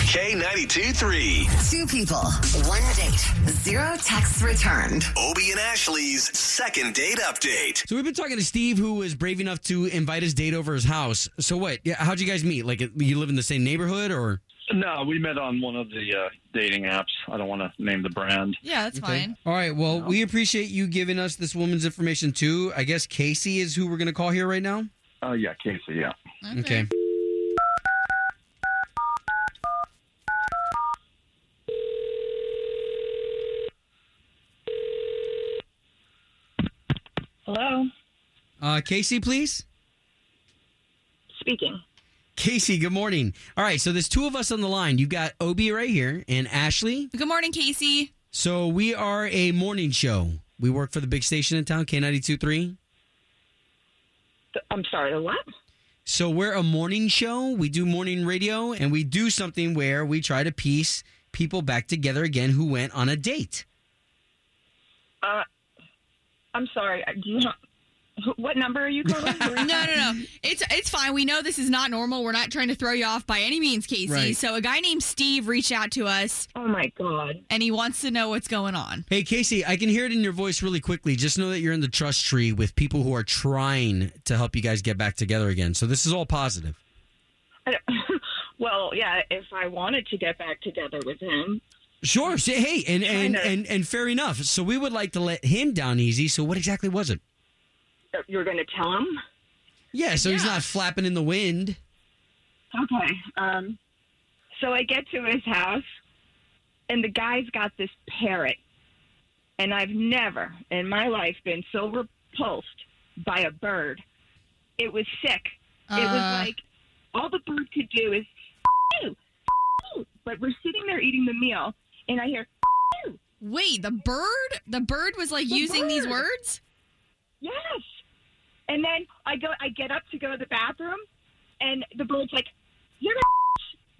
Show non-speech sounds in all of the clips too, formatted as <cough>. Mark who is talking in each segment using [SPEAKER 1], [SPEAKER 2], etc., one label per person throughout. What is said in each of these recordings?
[SPEAKER 1] K92 3.
[SPEAKER 2] Two people, one date, zero texts returned.
[SPEAKER 1] Obie and Ashley's second date update.
[SPEAKER 3] So we've been talking to Steve, who was brave enough to invite his date over his house. So what? Yeah, how'd you guys meet? Like, you live in the same neighborhood, or
[SPEAKER 4] No, we met on one of the uh, dating apps. I don't want to name the brand.
[SPEAKER 5] Yeah, that's fine.
[SPEAKER 3] All right. Well, we appreciate you giving us this woman's information too. I guess Casey is who we're going to call here right now.
[SPEAKER 4] Oh yeah, Casey. Yeah.
[SPEAKER 3] Okay.
[SPEAKER 6] Hello,
[SPEAKER 3] Uh, Casey, please.
[SPEAKER 6] speaking.
[SPEAKER 3] Casey, good morning. All right. So there's two of us on the line. You've got Obi right here and Ashley.
[SPEAKER 5] Good
[SPEAKER 3] <laughs>
[SPEAKER 5] morning, Casey.
[SPEAKER 3] So we are a morning show. We work for the big station in town, K92.3.
[SPEAKER 6] Th- I'm sorry, the what?
[SPEAKER 3] So we're a morning show. We do morning radio and we do something where we try to piece people back together again who went on a date.
[SPEAKER 6] Uh, I'm sorry. I- Do you know who- what number are you <laughs> calling?
[SPEAKER 5] No, no, no. It's it's fine. We know this is not normal. We're not trying to throw you off by any means, Casey.
[SPEAKER 3] Right.
[SPEAKER 5] So a guy named Steve reached out to us
[SPEAKER 6] Oh my god.
[SPEAKER 5] and he wants to know what's going on.
[SPEAKER 3] Hey, Casey, I can hear it in your voice really quickly. Just know that you're in the trust tree with people who are trying to help you guys get back together again. So this is all positive.
[SPEAKER 6] I don't- <laughs> well, yeah. If I wanted to get back together with him,
[SPEAKER 3] Sure. Say, hey, and and,
[SPEAKER 6] Kinda.
[SPEAKER 3] and and fair enough. So we would like to let him down easy. So what exactly was it?
[SPEAKER 6] uh, you're going to tell him.
[SPEAKER 3] Yeah. So he's
[SPEAKER 5] Yeah.
[SPEAKER 3] not flapping in the wind.
[SPEAKER 6] Okay. Um, so I get to his house, and the guy's got this parrot, and I've never in my life been so repulsed by a bird. It was sick. it
[SPEAKER 5] Uh,
[SPEAKER 6] was like all the bird could do is "Ew, ew," but we're sitting there eating the meal, and I hear
[SPEAKER 5] wait, the bird? The bird was like
[SPEAKER 6] The
[SPEAKER 5] using these
[SPEAKER 6] bird.
[SPEAKER 5] words?
[SPEAKER 6] yes, and then I go, I get up to go to the bathroom, and the bird's like, "You're a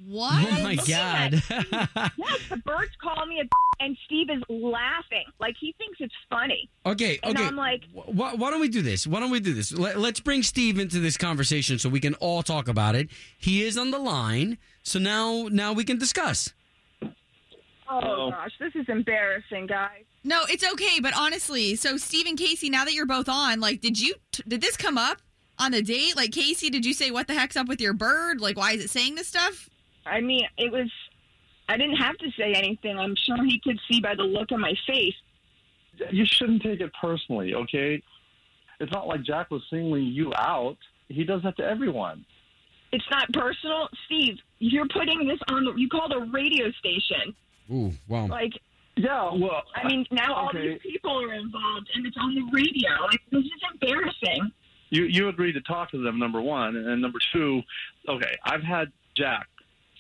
[SPEAKER 5] What?
[SPEAKER 3] Oh my god.
[SPEAKER 6] Yes, the birds call me a and Steve is laughing. Like he thinks it's funny.
[SPEAKER 3] <laughs> okay.
[SPEAKER 6] And
[SPEAKER 3] Okay.
[SPEAKER 6] I'm like-
[SPEAKER 3] why, why don't we do this? Why don't we do this? Let, let's bring Steve into this conversation so we can all talk about it. He is on the line, so now now we can discuss.
[SPEAKER 6] Oh,
[SPEAKER 4] Oh.
[SPEAKER 6] gosh, this is embarrassing, guys.
[SPEAKER 5] No, it's okay, but honestly, so Steve and Casey, now that you're both on, like did you t- did this come up on the date? Like Casey, did you say what the heck's up with your bird? Like why is it saying this stuff?
[SPEAKER 6] I mean, it was I didn't have to say anything. I'm sure he could see by the look on my face.
[SPEAKER 4] You shouldn't take it personally, okay? It's not like Jack was singling you out. He does that to everyone.
[SPEAKER 6] It's not personal, Steve. You're putting this on the you called a radio station.
[SPEAKER 3] Ooh, wow.
[SPEAKER 6] Like
[SPEAKER 4] Yeah. Well,
[SPEAKER 6] I mean, now all
[SPEAKER 4] Okay.
[SPEAKER 6] these people are involved and it's on the radio. Like this is embarrassing.
[SPEAKER 4] you you agreed to talk to them number one and number two okay i've had jack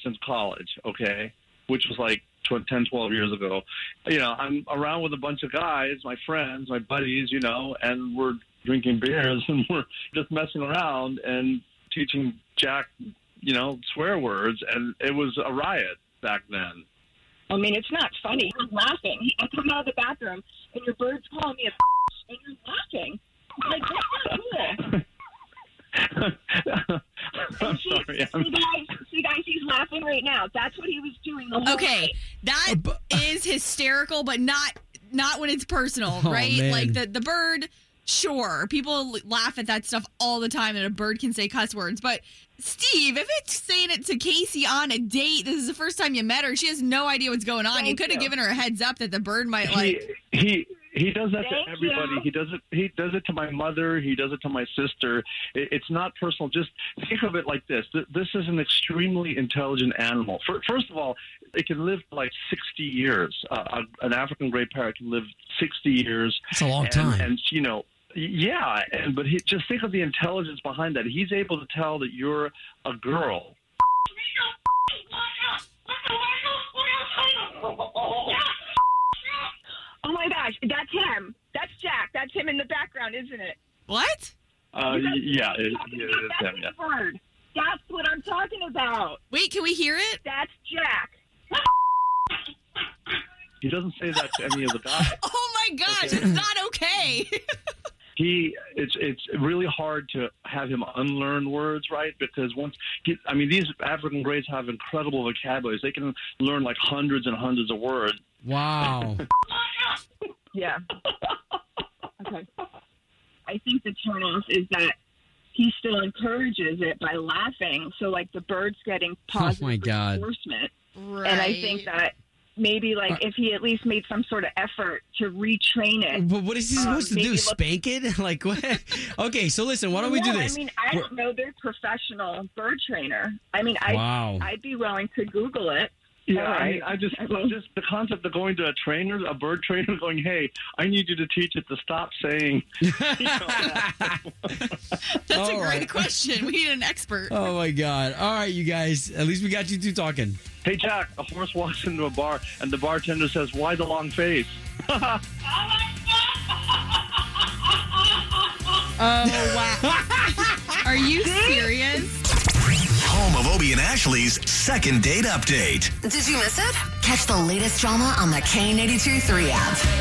[SPEAKER 4] since college okay which was like tw- 10 12 years ago you know i'm around with a bunch of guys my friends my buddies you know and we're drinking beers <laughs> and we're just messing around and teaching jack you know swear words and it was a riot back then <laughs>
[SPEAKER 6] I mean, it's not funny. You're laughing. I come out of the bathroom and your bird's calling me a and you're laughing. Like that's not cool.
[SPEAKER 4] I'm
[SPEAKER 6] And she,
[SPEAKER 4] sorry. <laughs> I'm-
[SPEAKER 6] see guys, see guys, he's laughing right now. That's what he was doing the whole
[SPEAKER 5] Okay,
[SPEAKER 6] night.
[SPEAKER 5] that
[SPEAKER 3] Uh, bu-
[SPEAKER 5] is hysterical, but not not when it's personal,
[SPEAKER 3] Oh,
[SPEAKER 5] right?
[SPEAKER 3] man.
[SPEAKER 5] Like the the bird. Sure, people l- laugh at that stuff all the time, and a bird can say cuss words. But Steve, if it's saying it to Casey on a date, this is the first time you met her. She has no idea what's going on. you
[SPEAKER 6] Thank
[SPEAKER 5] could have
[SPEAKER 6] you.
[SPEAKER 5] given her a heads up that the bird might like.
[SPEAKER 4] he he he does that
[SPEAKER 6] Thank
[SPEAKER 4] to everybody.
[SPEAKER 6] you.
[SPEAKER 4] He does it. He does it to my mother. He does it to my sister. It, it's not personal. Just think of it like this: Th- this is an extremely intelligent animal. Fir- First of all, it can live like sixty years. Uh, a- an African gray parrot can live sixty years
[SPEAKER 3] It's a long
[SPEAKER 4] and,
[SPEAKER 3] time.
[SPEAKER 4] and, you know, yeah. And but he, just think of the intelligence behind that. He's able to tell that you're a girl.
[SPEAKER 6] Oh my gosh, that's him. That's Jack. That's him in the background, isn't it?
[SPEAKER 5] What?
[SPEAKER 4] Uh,
[SPEAKER 6] You guys-
[SPEAKER 4] yeah, it,
[SPEAKER 6] That's
[SPEAKER 4] yeah, it is him, yeah.
[SPEAKER 6] his bird. That's what I'm talking about.
[SPEAKER 5] Wait, can we hear it? <laughs>
[SPEAKER 6] That's Jack.
[SPEAKER 4] He doesn't say that to any of the guys.
[SPEAKER 5] Oh my gosh, it's not okay.
[SPEAKER 4] he it's it's really hard to have him unlearn words right because once he, i mean these african grades have incredible vocabularies they can learn like hundreds and hundreds of words
[SPEAKER 3] Wow.
[SPEAKER 6] Yeah. <laughs> okay. I think the turnoff is that he still encourages it by laughing. So like the bird's
[SPEAKER 3] <laughs>
[SPEAKER 6] getting positive
[SPEAKER 3] Oh my God.
[SPEAKER 6] reinforcement,
[SPEAKER 5] Right.
[SPEAKER 6] and I think that maybe
[SPEAKER 3] Uh,
[SPEAKER 6] like if he at least made some sort of effort to retrain it.
[SPEAKER 3] but what is he
[SPEAKER 6] Um,
[SPEAKER 3] supposed to
[SPEAKER 6] maybe
[SPEAKER 3] do?
[SPEAKER 6] look-
[SPEAKER 3] Spank it? <laughs> Like what? okay, so listen, why don't we do
[SPEAKER 6] No,
[SPEAKER 3] this?
[SPEAKER 6] I mean, I don't know. They're professional bird trainer. I mean, I
[SPEAKER 3] wow.
[SPEAKER 6] I'd be willing to Google it.
[SPEAKER 4] yeah I,
[SPEAKER 6] All
[SPEAKER 4] mean,
[SPEAKER 6] right.
[SPEAKER 4] I just just the concept of going to a trainer a bird trainer <laughs> going hey i need you to teach it to stop saying
[SPEAKER 6] uh,
[SPEAKER 5] That's a
[SPEAKER 3] All
[SPEAKER 5] great
[SPEAKER 3] right.
[SPEAKER 5] question. We need an expert.
[SPEAKER 3] <laughs> oh my god. All right, you guys. At least we got you two talking.
[SPEAKER 4] hey jack a horse walks into a bar and the bartender says why the long face
[SPEAKER 5] <laughs> Are you serious?
[SPEAKER 1] Home of Obie and Ashley's second date update.
[SPEAKER 2] Did you miss it? Catch the latest drama on the K82 3 app.